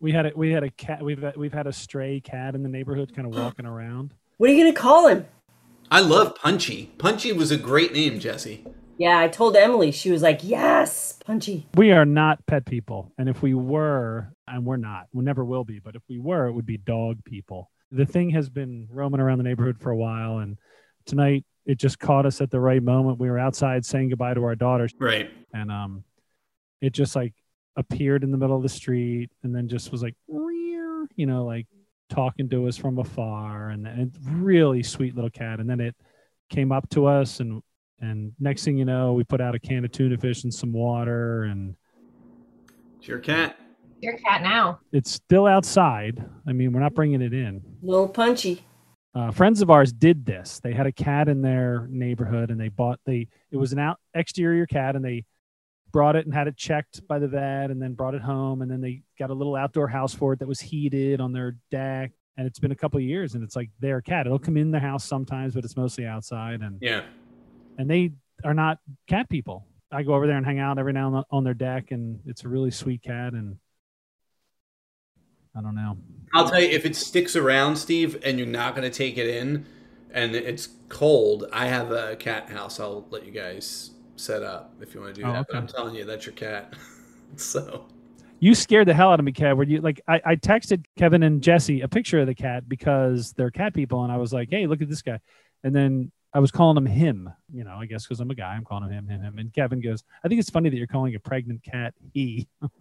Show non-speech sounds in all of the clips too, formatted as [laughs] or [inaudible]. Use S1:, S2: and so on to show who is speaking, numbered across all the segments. S1: We had a, we had a cat. We've we've had a stray cat in the neighborhood, kind of walking around.
S2: What are you going to call him?
S3: I love Punchy. Punchy was a great name, Jesse.
S2: Yeah, I told Emily. She was like, "Yes, Punchy."
S1: We are not pet people, and if we were, and we're not, we never will be. But if we were, it would be dog people. The thing has been roaming around the neighborhood for a while, and tonight it just caught us at the right moment. We were outside saying goodbye to our daughter,
S3: Right.
S1: and um, it just like appeared in the middle of the street, and then just was like, "Rear," you know, like talking to us from afar, and, and it's really sweet little cat. And then it came up to us, and and next thing you know, we put out a can of tuna fish and some water, and
S3: It's your cat.
S4: Your cat now.
S1: it's still outside. I mean, we're not bringing it in.
S2: Little Punchy.
S1: uh, friends of ours did this. They had a cat in their neighborhood, and they bought they it was an out exterior cat, and they brought it and had it checked by the vet, and then brought it home, and then they got a little outdoor house for it that was heated on their deck. And it's been a couple of years, and it's like their cat. It'll come in the house sometimes, but it's mostly outside, and
S3: Yeah.
S1: and they are not cat people. I go over there and hang out every now and then on their deck, and it's a really sweet cat, and I don't know.
S3: I'll tell you, if it sticks around, Steve, and you're not going to take it in and it's cold, I have a cat house I'll let you guys set up if you want to do
S1: Oh,
S3: that. But
S1: okay.
S3: I'm telling you, that's your cat. [laughs] so,
S1: You scared the hell out of me, Kev. Were you like I, I texted Kevin and Jesse a picture of the cat because they're cat people, and I was like, "Hey, look at this guy," and then I was calling him him. You know, I guess because I'm a guy, I'm calling him him, him, him. And Kevin goes, "I think it's funny that you're calling a pregnant cat he." [laughs]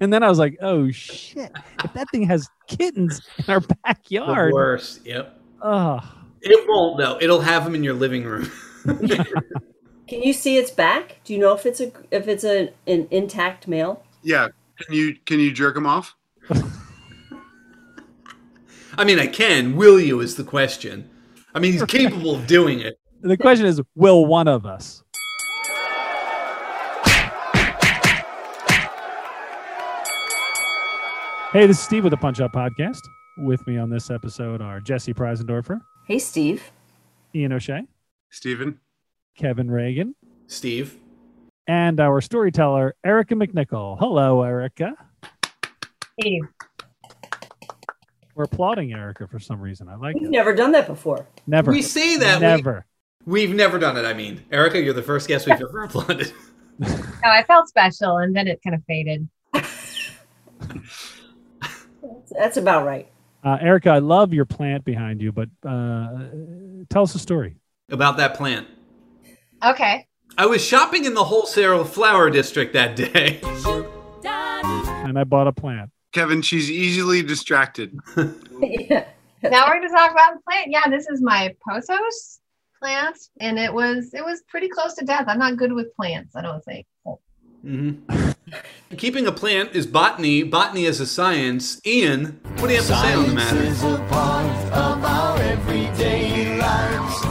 S1: and then I was like, "Oh shit! If that thing has kittens in our
S3: [laughs] the
S1: backyard,
S3: worst. Yep.
S1: ugh."
S3: It won't, though. It'll have him in your living room. [laughs]
S2: Can you see its back? Do you know if it's a if it's a, an intact male?
S5: Yeah. Can you can you jerk him off?
S3: I mean, I can. Will you is the question. I mean, he's capable of doing it.
S1: The question is, will one of us? Hey, this is Steve with the Punch Up Podcast. With me on this episode are Jesse Preisendorfer,
S2: Hey, Steve.
S1: Ian O'Shea,
S5: Steven?
S1: Kevin Reagan,
S3: Steve.
S1: and our storyteller, Erica McNichol. Hello, Erica.
S4: Hey,
S1: We're applauding Erica for some reason. I like
S2: We've
S1: it.
S2: never done that before.
S1: Never.
S3: We say that.
S1: Never.
S3: We, have never done it. I mean, Erica, you're the first guest we've ever applauded.
S4: no, Oh, I felt special, and then it kind of faded.
S2: That's about right. [laughs]
S1: Uh, Erica, I love your plant behind you, but uh, tell us a story.
S3: About that plant.
S4: Okay.
S3: I was shopping in the wholesale flower district that day.
S1: And I bought a plant.
S5: Kevin, she's easily distracted.
S2: yeah.
S4: now we're going to talk about the plant. Yeah, this is my pothos plant, and it was it was pretty close to death. I'm not good with plants. I don't think.
S3: hmm Keeping a plant is botany. Botany is a science. Ian, what do you have to say on the matter?
S6: Science is a part of our everyday lives.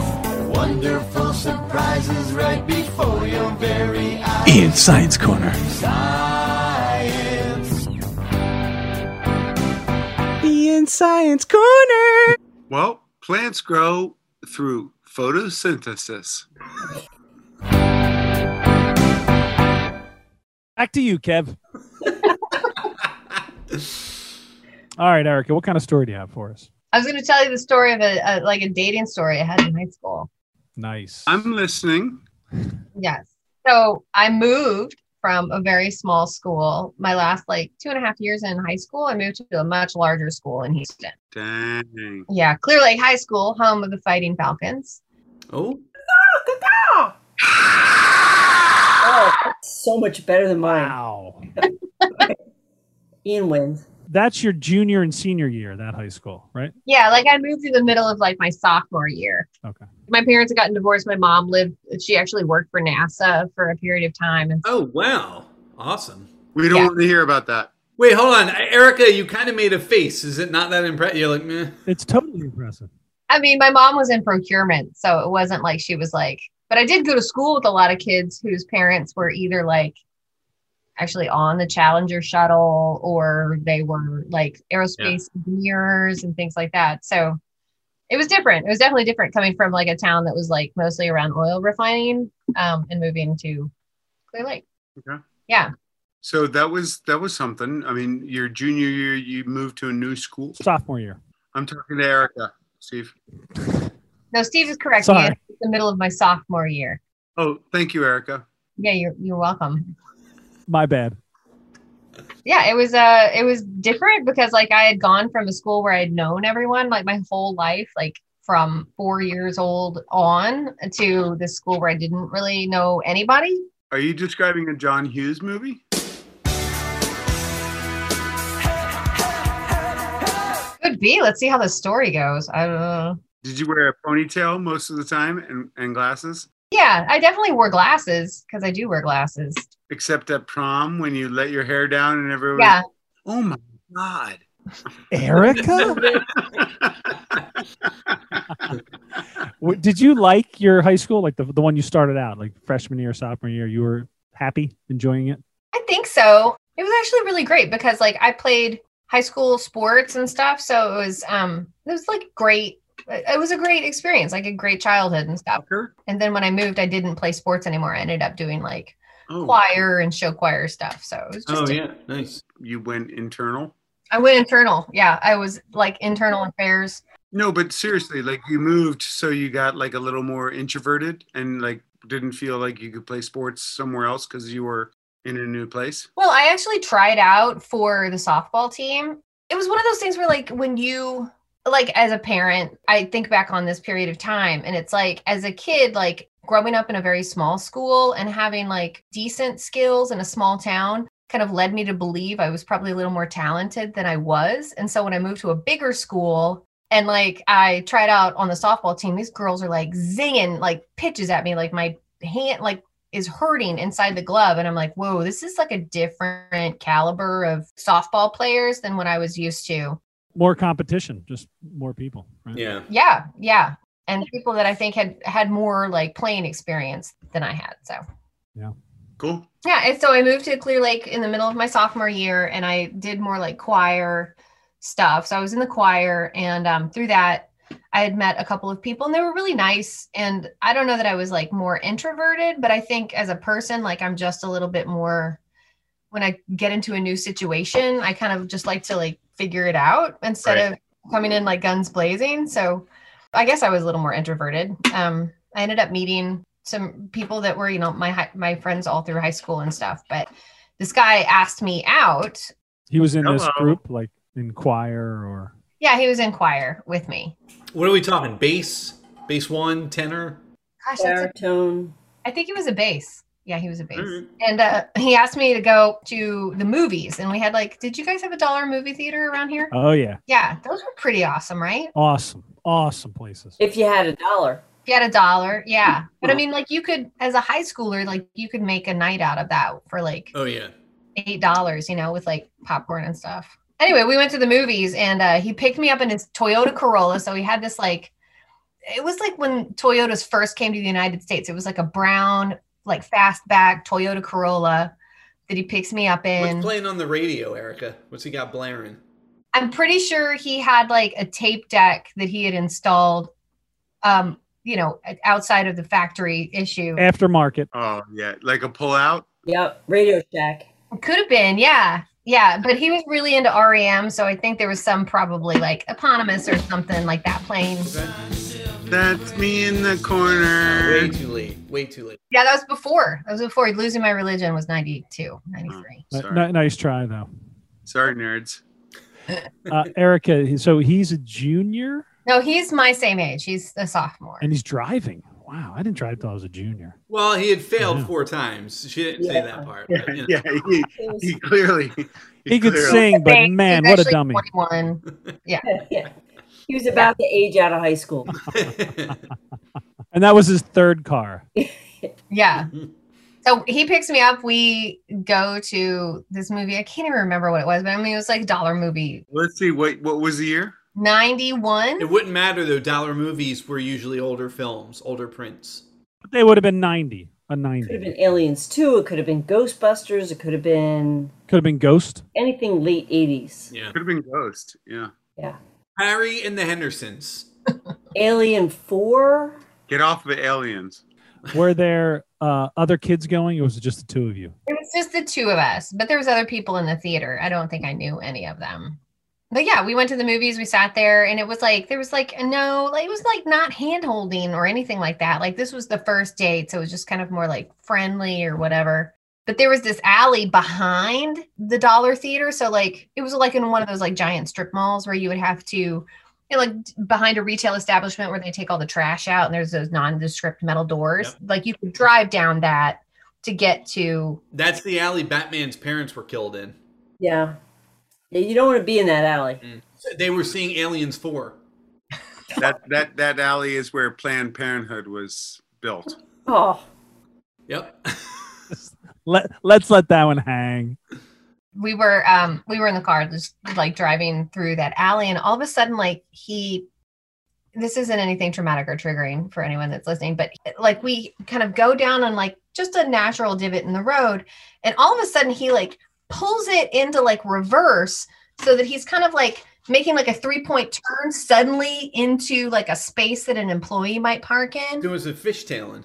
S6: Wonderful surprises right before your very eyes.
S7: Ian Science Corner.
S6: Science.
S7: Ian Science Corner.
S5: Well, plants grow through photosynthesis.
S1: Back to you, Kev. All right, Erica, what kind of story do you have for us?
S4: I was going to tell you the story of a, a like a dating story I had in high school.
S1: Nice.
S5: I'm listening.
S4: Yes. So I moved from a very small school. My last like two and a half years in high school, I moved to a much larger school in Houston.
S5: Dang.
S4: Yeah, Clear Lake High School, home of the Fighting Falcons.
S3: Oh,
S2: Oh, that's so much better than mine.
S1: wow.
S2: Ian wins.
S1: That's your junior and senior year, that high school, right?
S4: Yeah, like I moved through the middle of like my sophomore year.
S1: Okay.
S4: My parents had gotten divorced. My mom lived, she actually worked for NASA for a period of time. And
S3: oh, wow, awesome.
S5: We don't
S4: Yeah.
S5: want to hear about that.
S3: Wait, hold on, Erica. You kind of made a face. Is it not that impressive? You're like, meh.
S1: It's totally impressive.
S4: I mean, my mom was in procurement, so it wasn't like she was like, but I did go to school with a lot of kids whose parents were either like actually on the Challenger shuttle or they were like aerospace engineers and things like that. So it was different. It was definitely different coming from like a town that was like mostly around oil refining um, and moving to Clear Lake.
S5: Okay.
S4: Yeah.
S5: So that was that was something. I mean, your junior year, you moved to a new school.
S1: Sophomore year.
S5: I'm talking to Erica, Steve.
S4: No, Steve is correct.
S1: Sorry.
S4: Ian, It's the middle of my sophomore year.
S5: Oh, thank you, Erica.
S4: Yeah, you're you're welcome.
S1: My bad.
S4: Yeah, it was uh it was different because like I had gone from a school where I had known everyone like my whole life, like from four years old on to this school where I didn't really know anybody.
S5: Are you describing a John Hughes movie?
S4: Could be. Let's see how the story goes. I don't know.
S5: Did you wear a ponytail most of the time and, and glasses?
S4: Yeah, I definitely wore glasses because I do wear glasses.
S5: Except at prom when you let your hair down and everyone.
S4: Yeah.
S5: Oh my God.
S1: Erica, W- did you like your high school, like the the one you started out, like freshman year, sophomore year? You were happy, enjoying it.
S4: I think so. It was actually really great because like I played high school sports and stuff, so it was um it was like great. It was a great experience, like a great childhood and stuff.
S5: Tucker?
S4: And then when I moved, I didn't play sports anymore. I ended up doing like
S5: Oh,
S4: choir and show choir stuff. So it was just
S3: Oh yeah, nice.
S5: you went internal?
S4: I went internal. Yeah, I was like internal affairs.
S5: No, but seriously, like you moved so you got like a little more introverted and like didn't feel like you could play sports somewhere else because you were in a new place.
S4: Well, I actually tried out for the softball team. It was one of those things where, like, when you, like, as a parent, I think back on this period of time, and it's like, as a kid, like, growing up in a very small school and having like decent skills in a small town kind of led me to believe I was probably a little more talented than I was. And so when I moved to a bigger school, and like I tried out on the softball team, these girls are like zinging like pitches at me, like my hand, like is hurting inside the glove and i'm like whoa this is like a different caliber of softball players than what i was used to
S1: More competition, just more people. Right?
S3: Yeah.
S4: yeah yeah and people that i think had had more like playing experience than i had so
S5: Cool.
S4: yeah and so i moved to clear lake in the middle of my sophomore year and i did more like choir stuff so i was in the choir and um, through that i had met a couple of people and they were really nice and i don't know that i was like more introverted but i think as a person like i'm just a little bit more when i get into a new situation i kind of just like to like figure it out instead
S5: Right.
S4: of coming in like guns blazing so i guess i was a little more introverted um, i ended up meeting some people that were you know my hi- my friends all through high school and stuff but this guy asked me out
S1: He was in this
S5: Hello.
S1: group, like in choir or
S4: Yeah, he was in choir with me.
S3: What are we talking? Bass, bass one, tenor.
S4: Gosh, that's a,
S2: Baritone.
S4: I think he was a bass. Yeah, he was a bass.
S3: Alright.
S4: And uh, he asked me to go to the movies, and we had like, did you guys have a dollar movie theater around here?
S1: oh yeah,
S4: Yeah, those were pretty awesome, right?
S1: awesome, awesome places.
S2: If you had a dollar.
S4: If you had a dollar, yeah. But I mean, like, you could, as a high schooler, like, you could make a night out of that for like
S3: Oh yeah.
S4: eight dollars, you know, with like popcorn and stuff. Anyway, we went to the movies and uh, he picked me up in his Toyota Corolla. So he had this like, it was like when Toyotas first came to the United States. It was like a brown, like fastback Toyota Corolla that he picks me up in.
S3: What's playing on the radio, Erica? What's he got blaring?
S4: I'm pretty sure he had like a tape deck that he had installed, um, you know, outside of the factory issue.
S1: Aftermarket.
S5: Oh yeah, like a pullout.
S2: Yep. Radio Shack.
S4: Could have been, yeah. Yeah, but he was really into REM, so I think there was some probably like eponymous or something like that playing.
S5: That's me in the
S3: Way
S5: corner.
S3: too late. Way too late.
S4: Yeah, that was before. That was before losing my religion was 92, 93.
S1: Ni-
S5: Sorry.
S1: ni- nice try though,
S5: Sorry, nerds.
S1: uh, [laughs] Erica. he- So he's a junior
S4: No, he's my same age. He's a sophomore.
S1: and he's driving. Wow, I didn't drive till I was a junior.
S3: Well, he had failed
S1: Yeah.
S3: four times. She didn't say
S2: Yeah.
S3: that part. but, you know.
S5: Yeah, he,
S2: [laughs]
S5: he clearly. [laughs]
S1: He could
S5: clearly-
S1: sing,
S4: He's
S1: but man, what a
S4: actually
S1: dummy!
S4: 21.
S2: he was about to age out of high school.
S1: And that was his third car.
S4: Yeah. So he picks me up. We go to this movie. I can't even remember what it was, but I mean, it was like a dollar movie.
S5: Let's see. What what was the year?
S3: [laughs]
S4: 91.
S3: it wouldn't matter though. Dollar movies were usually older films, older prints.
S1: They would have been ninety, a
S2: Could have
S1: ninety.
S2: been Aliens 2. It could have been Ghostbusters. It could have been
S1: Could have been Ghost.
S2: anything late 80s.
S3: Yeah.
S5: Could have been Ghost. Yeah.
S2: Yeah.
S3: Harry and the Hendersons.
S2: Alien 4.
S5: Get off of aliens.
S1: Were there uh, other kids going, or was it just the two of you?
S4: It was just the two of us, but there was other people in the theater. I don't think I knew any of them. But yeah, we went to the movies, we sat there, and it was like there was like no, like it was like not hand holding or anything like that. Like this was the first date, so it was just kind of more like friendly or whatever. But there was this alley behind the dollar theater. So like it was like in one of those like giant strip malls where you would have to you know, like behind a retail establishment where they take all the trash out and there's those nondescript metal doors.
S3: Yep.
S4: Like you could drive down that to get to
S3: That's the alley Batman's parents were killed in.
S2: Yeah. Yeah, you don't want to be in that alley.
S3: They were seeing Aliens 4.
S5: that that that alley is where Planned Parenthood was built.
S2: Oh,
S3: Yep. [laughs]
S1: Let Let's let that one hang.
S4: we were um we were in the car just like driving through that alley and all of a sudden like he this isn't anything traumatic or triggering for anyone that's listening but like we kind of go down on like just a natural divot in the road and all of a sudden he like pulls it into like reverse so that he's kind of like making like a three point turn suddenly into like a space that an employee might park in
S3: There was a fishtailing.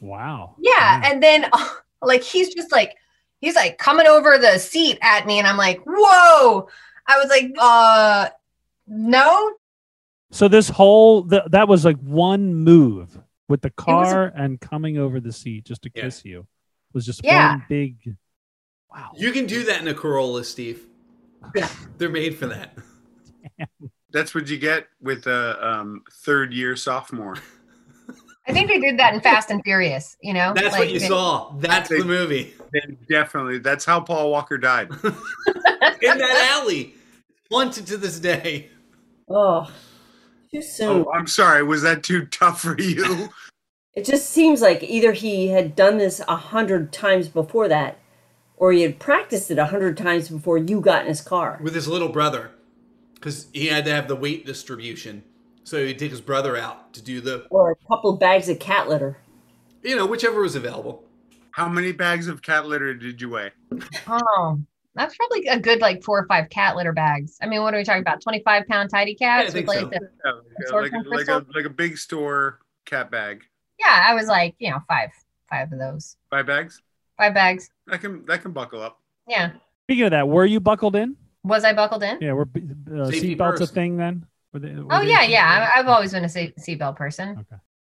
S1: Wow.
S4: yeah.
S3: Mm.
S1: Wow.
S4: And then [laughs] like he's just like he's like coming over the seat at me and I'm like, whoa. I was like, uh no.
S1: so this whole th- that was like one move with the car and coming over the seat just to
S3: Yeah.
S1: kiss you was just
S4: Yeah.
S1: one big. Wow.
S3: You can do that in a Corolla, Steve.
S2: Yeah.
S3: They're made for that.
S5: That's what you get with a um, third year sophomore.
S4: I think they
S3: [laughs]
S4: did that in Fast and Furious, you know?
S3: That's
S4: Like,
S3: what you
S4: they-
S3: saw. That's the movie.
S5: They definitely. That's how Paul Walker [laughs] died.
S3: In that alley. Haunted to this day.
S2: oh, too soon.
S5: Oh, I'm sorry. Was that too tough for you?
S2: It just seems like either he had done this a hundred times before that, or he had practiced it a hundred times before you got in his car.
S3: with his little brother because he had to have the weight distribution. So he'd take his brother out to do the,
S2: Or a couple bags of cat litter. [laughs]
S3: you know, whichever was available.
S5: How many bags of cat litter did you weigh?
S4: Oh. That's probably a good like four or five cat litter bags. I mean, what are we talking about? Twenty five pound tidy
S3: Yeah, I
S4: cats? with,
S3: think
S4: like,
S3: so.
S4: the-
S5: Oh, Yeah,
S4: Sword
S5: like,
S4: and
S5: like a like a big store cat bag.
S4: yeah, I was like, you know, five five of those.
S5: Five bags.
S4: Five bags.
S5: That can that can buckle up.
S4: Yeah.
S1: Speaking of that, were you buckled in?
S4: Was I buckled in?
S1: Yeah, were b- uh,
S3: Safety
S1: seatbelts a
S3: first.
S1: thing then? Were they- were
S4: Oh
S1: they-
S4: yeah, yeah. I, I've always been a seat- seatbelt person.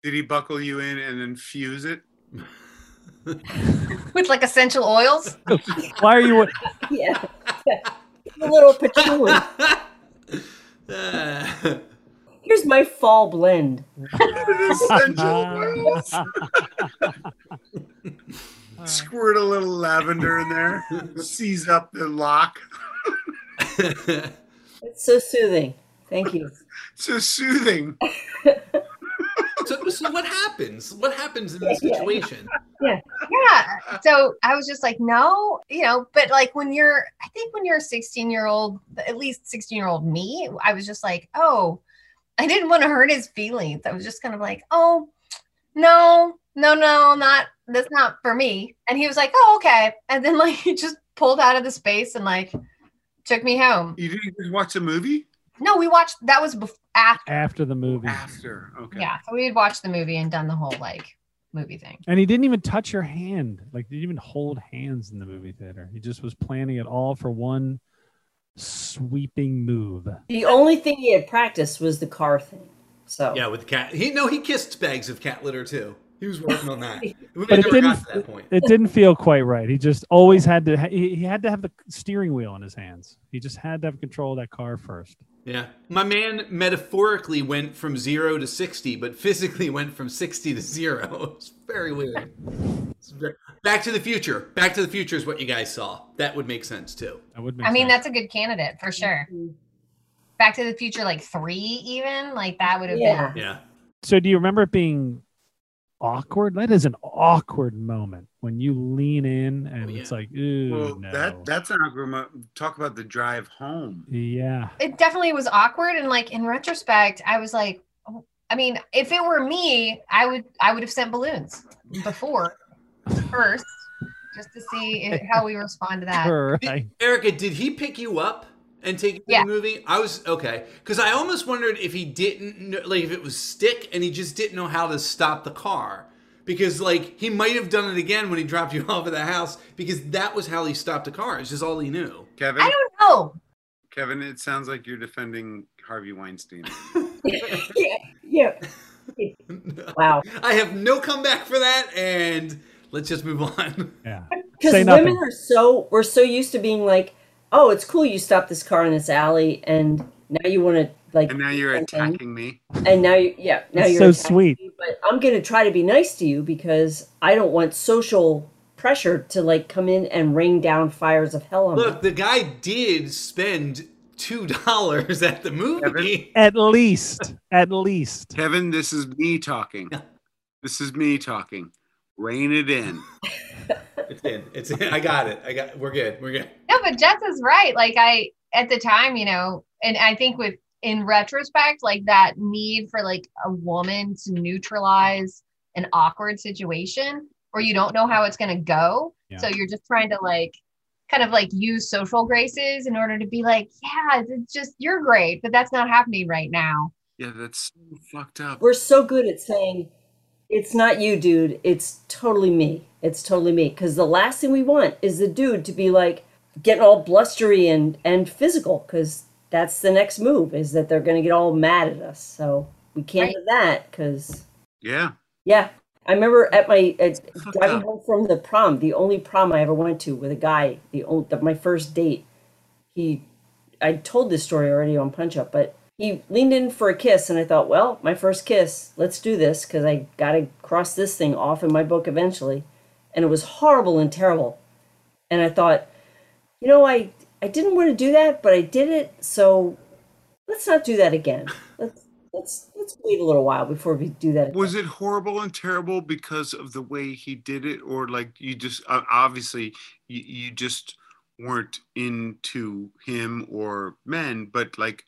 S5: Did he buckle you in and then fuse it?
S4: with like essential oils.
S1: [laughs] Why are you?
S2: Yeah. a little patchouli.
S3: Uh, [laughs]
S2: Here's my fall blend.
S5: Essential oils. Squirt a little lavender in there. Seize up the lock.
S2: It's so soothing. Thank you.
S5: So soothing.
S3: so, so what happens? What happens in this
S2: Yeah, yeah, yeah.
S3: situation?
S4: Yeah. So I was just like, no, you know, but like when you're, I think when you're a 16 year old, at least 16 year old me, I was just like, oh, I didn't want to hurt his feelings. I was just kind of like, oh, no, no, no, not, that's not for me. And he was like, oh, okay. And then like [laughs] he just pulled out of the space and like took me home.
S5: You didn't just watch a movie
S4: No, we watched, that was before, after.
S1: After the movie,
S5: after. Okay.
S4: Yeah. So we had watched the movie and done the whole like movie thing.
S1: and he didn't even touch your hand. Like didn't even hold hands in the movie theater. He just was planning it all for one sweeping move.
S2: The only thing he had practiced was the car thing. So
S3: Yeah, with the cat. He no, he kissed bags of cat litter too. He was working on that. We
S1: But it
S3: never got
S1: didn't-
S3: to that point.
S1: It didn't feel quite right. He just always had to. He, he had to have the steering wheel in his hands. He just had to have control of that car first.
S3: Yeah. My man metaphorically went from zero to 60, but physically went from 60 to zero. [laughs] It's very weird. It's very- Back to the future. Back to the future is what you guys saw. That would make sense too.
S1: That would make.
S4: I mean,
S1: sense.
S4: that's a good candidate for sure. Back to the Future, like three, even like that would have
S2: Yeah.
S4: been.
S3: Yeah.
S1: So do you remember it being awkward? That is an awkward moment when you lean in and
S3: Oh, yeah.
S1: it's like, ooh,
S5: Well,
S1: no.
S5: that that's an argument. Talk about the drive home.
S1: yeah.
S4: It definitely was awkward, and like in retrospect, I was like, oh, I mean, if it were me, I would, I would have sent balloons before first, just to see i- how we respond to
S1: [laughs]
S4: that.
S1: Sure,
S3: Did-
S1: right.
S3: Erica, did he pick you up and take you to
S4: Yeah.
S3: the movie? I was okay because I almost wondered if he didn't know, like if it was stick and he just didn't know how to stop the car because like he might have done it again when he dropped you [laughs] off at the house because that was how he stopped a car. It's just all he knew.
S5: Kevin,
S4: I don't know.
S5: Kevin, it sounds like you're defending Harvey Weinstein.
S2: yeah,
S5: [laughs]
S2: yeah. Wow.
S3: I have no comeback for that, and let's just move on. [laughs]
S1: Yeah. Say
S2: because
S1: nothing.
S2: women are so we're so used to being like oh it's cool you stopped this car in this alley and now you want to like
S5: And now you're
S2: and- and-
S5: attacking me.
S2: and now you yeah now
S1: That's
S2: you're
S1: so
S2: attacking
S1: sweet.
S2: me, but i'm gonna try to be nice to you because i don't want social pressure to like come in and rain down fires of hell on me
S3: Look, the guy did spend two dollars at the movie.
S1: At least, at least.
S5: Kevin, this is me talking. This is me talking. Rein it in.
S3: It's in. It's in. I got it. I got. We're good. We're good.
S4: No, but Jess is right. Like I at the time, you know, and I think with in retrospect, like that need for like a woman to neutralize an awkward situation or you don't know how it's gonna go.
S1: Yeah.
S4: So you're just trying to like kind of like use social graces in order to be like, yeah, it's just you're great, but that's not happening right now.
S5: Yeah, that's so fucked up.
S2: we're so good at saying it's not you dude it's totally me it's totally me because the last thing we want is the dude to be like getting all blustery and and physical because that's the next move is that they're going to get all mad at us so we can't
S4: Right.
S2: do that because
S5: Yeah.
S2: yeah i remember at my at
S5: Fucked
S2: driving
S5: up.
S2: home from the prom the only prom i ever went to with a guy the only the, my first date he I told this story already on Punch Up, but he leaned in for a kiss, and I thought, well, my first kiss, let's do this because I got to cross this thing off in my book eventually. And it was horrible and terrible. And I thought, you know, I, I didn't want to do that, but I did it. So let's not do that again. Let's, let's, let's wait a little while before we do that.
S5: Was it horrible and terrible because of the way he did it, or like you just uh, obviously you, you just weren't into him or men? But like,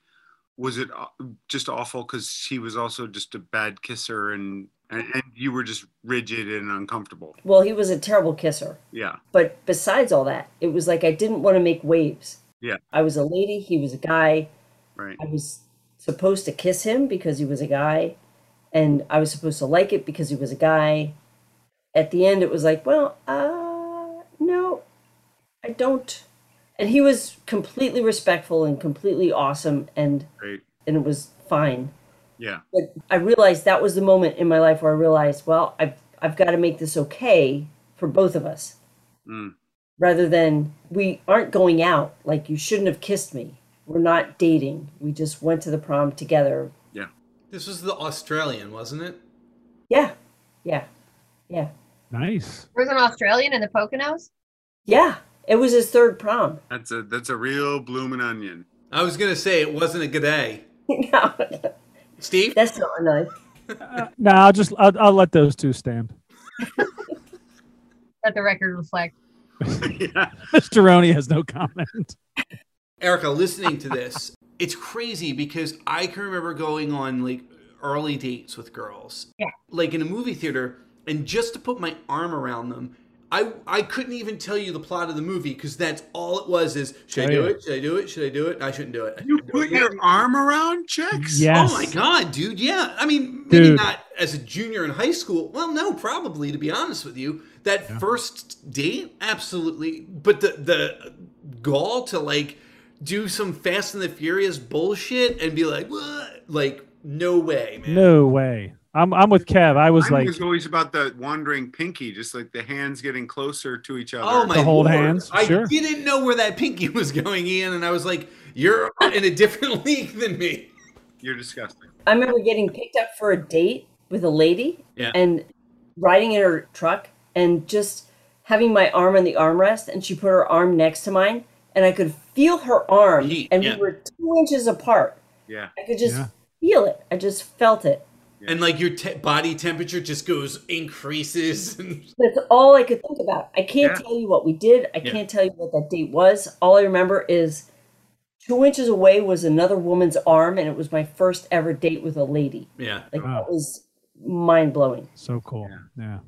S5: was it uh, just awful because she was also just a bad kisser and, and and you were just rigid and uncomfortable?
S2: well, he was a terrible kisser.
S5: Yeah,
S2: But besides all that, it was like I didn't want to make waves.
S5: Yeah.
S2: I was a lady, he was a guy.
S5: right.
S2: I was supposed to kiss him because he was a guy, and I was supposed to like it because he was a guy. At the end, it was like, well, uh, no, I don't. And he was completely respectful and completely awesome, and
S5: Right.
S2: and it was fine.
S5: Yeah.
S2: But I realized that was the moment in my life where I realized, well, I've I've got to make this okay for both of us,
S5: Mm.
S2: rather than we aren't going out. Like you shouldn't have kissed me. We're not dating. We just went to the prom together.
S3: This was the Australian, wasn't it?
S2: Yeah, yeah, yeah,
S1: Nice.
S4: There was an Australian in the Poconos.
S2: yeah. It was his third prom. [laughs]
S5: That's a that's a real blooming onion. [laughs]
S3: I was gonna say it wasn't a good day.
S2: no,
S3: Steve,
S2: that's not enough.
S1: No, I'll just I'll, I'll let those two stand. [laughs]
S4: Let the record reflect.
S5: yeah.
S1: Mr. Roney has no comment.
S3: Erica, listening to this, it's crazy because I can remember going on like early dates with girls,
S4: Yeah.
S3: like in a movie theater, and just to put my arm around them. I, I couldn't even tell you the plot of the movie because that's all it was is should I
S1: Oh,
S3: do
S1: yeah.
S3: it? Should I do it? Should I do it? I shouldn't do it.
S5: You put your arm around chicks.
S1: Yes.
S3: Oh my god, dude. Yeah. I mean, maybe
S1: Dude.
S3: not as a junior in high school. Well, no, probably to be honest with you. That first date, absolutely. But the the gall to like do some Fast and the Furious bullshit and be like, what? Like, no way, man.
S1: No way. I'm I'm with Kev. I was
S5: Mine
S1: like
S5: was always about the wandering pinky, just like the hands getting closer to each other.
S3: Oh my
S1: To hold
S3: lord.
S1: hands,
S3: I
S1: sure.
S3: didn't know where that pinky [laughs] was going, Ian, and I was like, you're in a different [laughs] league than me.
S5: You're disgusting.
S2: I remember getting picked up for a date with a lady
S3: Yeah.
S2: and riding in her truck and just having my arm on the armrest and she put her arm next to mine and I could feel her arm
S3: Yeet,
S2: and
S3: yeah.
S2: we were two inches apart.
S5: Yeah.
S2: I could just
S1: Yeah.
S2: feel it. I just felt it.
S3: And like your te- body temperature just goes increases [laughs] and
S2: That's all I could think about. I can't
S5: Yeah.
S2: tell you what we did. I
S3: Yeah.
S2: can't tell you what that date was. All I remember is two inches away was another woman's arm and it was my first ever date with a lady.
S3: yeah.
S2: Like
S1: Wow.
S2: that was mind blowing.
S1: so cool. Yeah.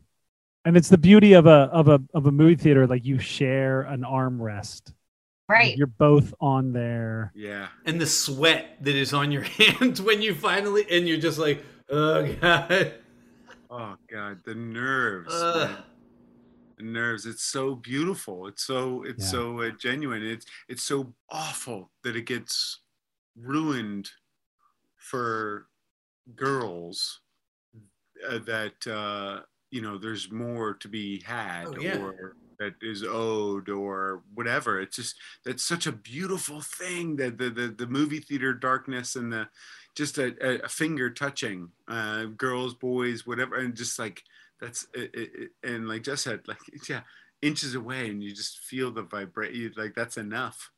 S1: And it's the beauty of a of a of a movie theater like you share an armrest.
S4: Right.
S1: You're both on there.
S5: Yeah.
S3: and the [laughs] sweat that is on your hands when you finally and you're just like oh god
S5: Oh God, the nerves, man.
S3: Ugh.
S5: the nerves. It's so beautiful. It's so it's
S1: Yeah.
S5: so uh, genuine. It's it's so awful that it gets ruined for girls uh, that uh, you know there's more to be had
S3: Oh, yeah.
S5: or that is owed or whatever. It's just that's such a beautiful thing that the the, the movie theater darkness and the just a, a- a finger touching uh, girls boys whatever and just like that's it, it, it- and like Jess said like [laughs] yeah inches away and you just feel the vibrate like that's enough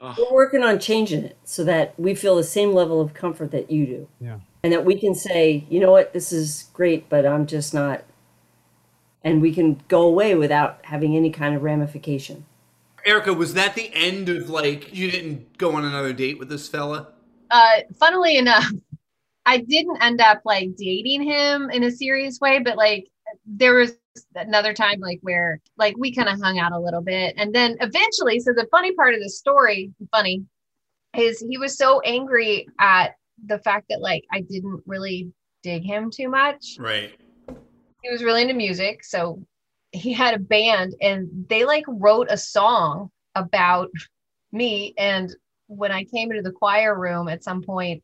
S2: We're working on changing it so that we feel the same level of comfort that you do.
S1: Yeah.
S2: And that we can say, you know what, this is great, but I'm just not. And we can go away without having any kind of ramification.
S3: Erica, was that the end of like you didn't go on another date with this fella?
S4: uh funnily enough [laughs] i didn't end up like dating him in a serious way but like there was another time like where like we kind of hung out a little bit and then eventually so the funny part of the story funny is he was so angry at the fact that like i didn't really dig him too much
S3: Right.
S4: he was really into music so he had a band and they like wrote a song about me and when i came into the choir room at some point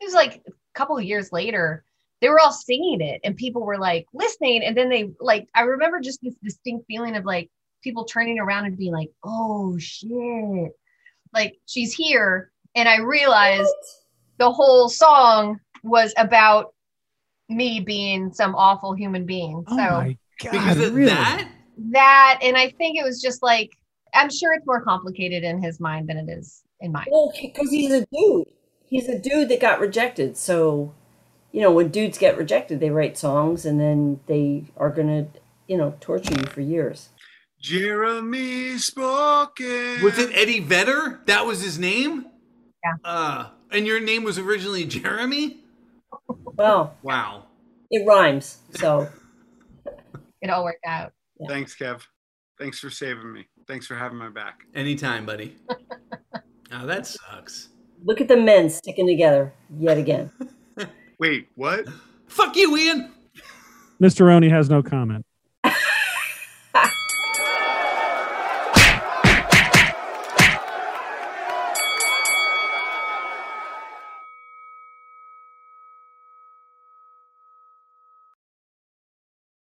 S4: it was like a couple of years later they were all singing it and people were like listening and then they like i remember just this distinct feeling of like people turning around and being like oh shit like she's here and i realized the whole song was about me being some awful human being
S1: Oh
S4: so
S1: my god!
S3: Because of
S1: really?
S3: that?
S4: that and i think it was just like i'm sure it's more complicated in his mind than it is in mine
S2: Well, because he's a dude. He's a dude that got rejected. So, you know, when dudes get rejected, they write songs and then they are going to, you know, torture you for years.
S5: Jeremy Spoken
S3: Was it Eddie Vedder? That was his name?
S4: Yeah.
S3: Uh, and your name was originally Jeremy?
S2: Well,
S3: Wow.
S2: it rhymes. So,
S4: it all worked out
S5: Thanks, Kev. Thanks for saving me. Thanks for having my back.
S3: Anytime, buddy. [laughs] oh, that sucks.
S2: look at the men sticking together yet again.
S5: Wait, what?
S3: Fuck you, Ian.
S1: Mr. Roney has no comment.